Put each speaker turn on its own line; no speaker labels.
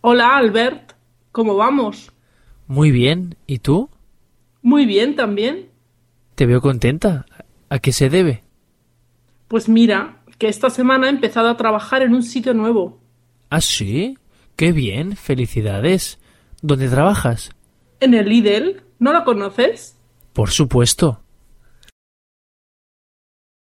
Hola Albert, ¿cómo vamos?
Muy bien, ¿y tú?
Muy bien también.
Te veo contenta. ¿A qué se debe?
Pues mira, que esta semana he empezado a trabajar en un sitio nuevo.
¿Ah, sí? Qué bien, felicidades. ¿Dónde trabajas?
En el Lidl, ¿no lo conoces?
Por supuesto.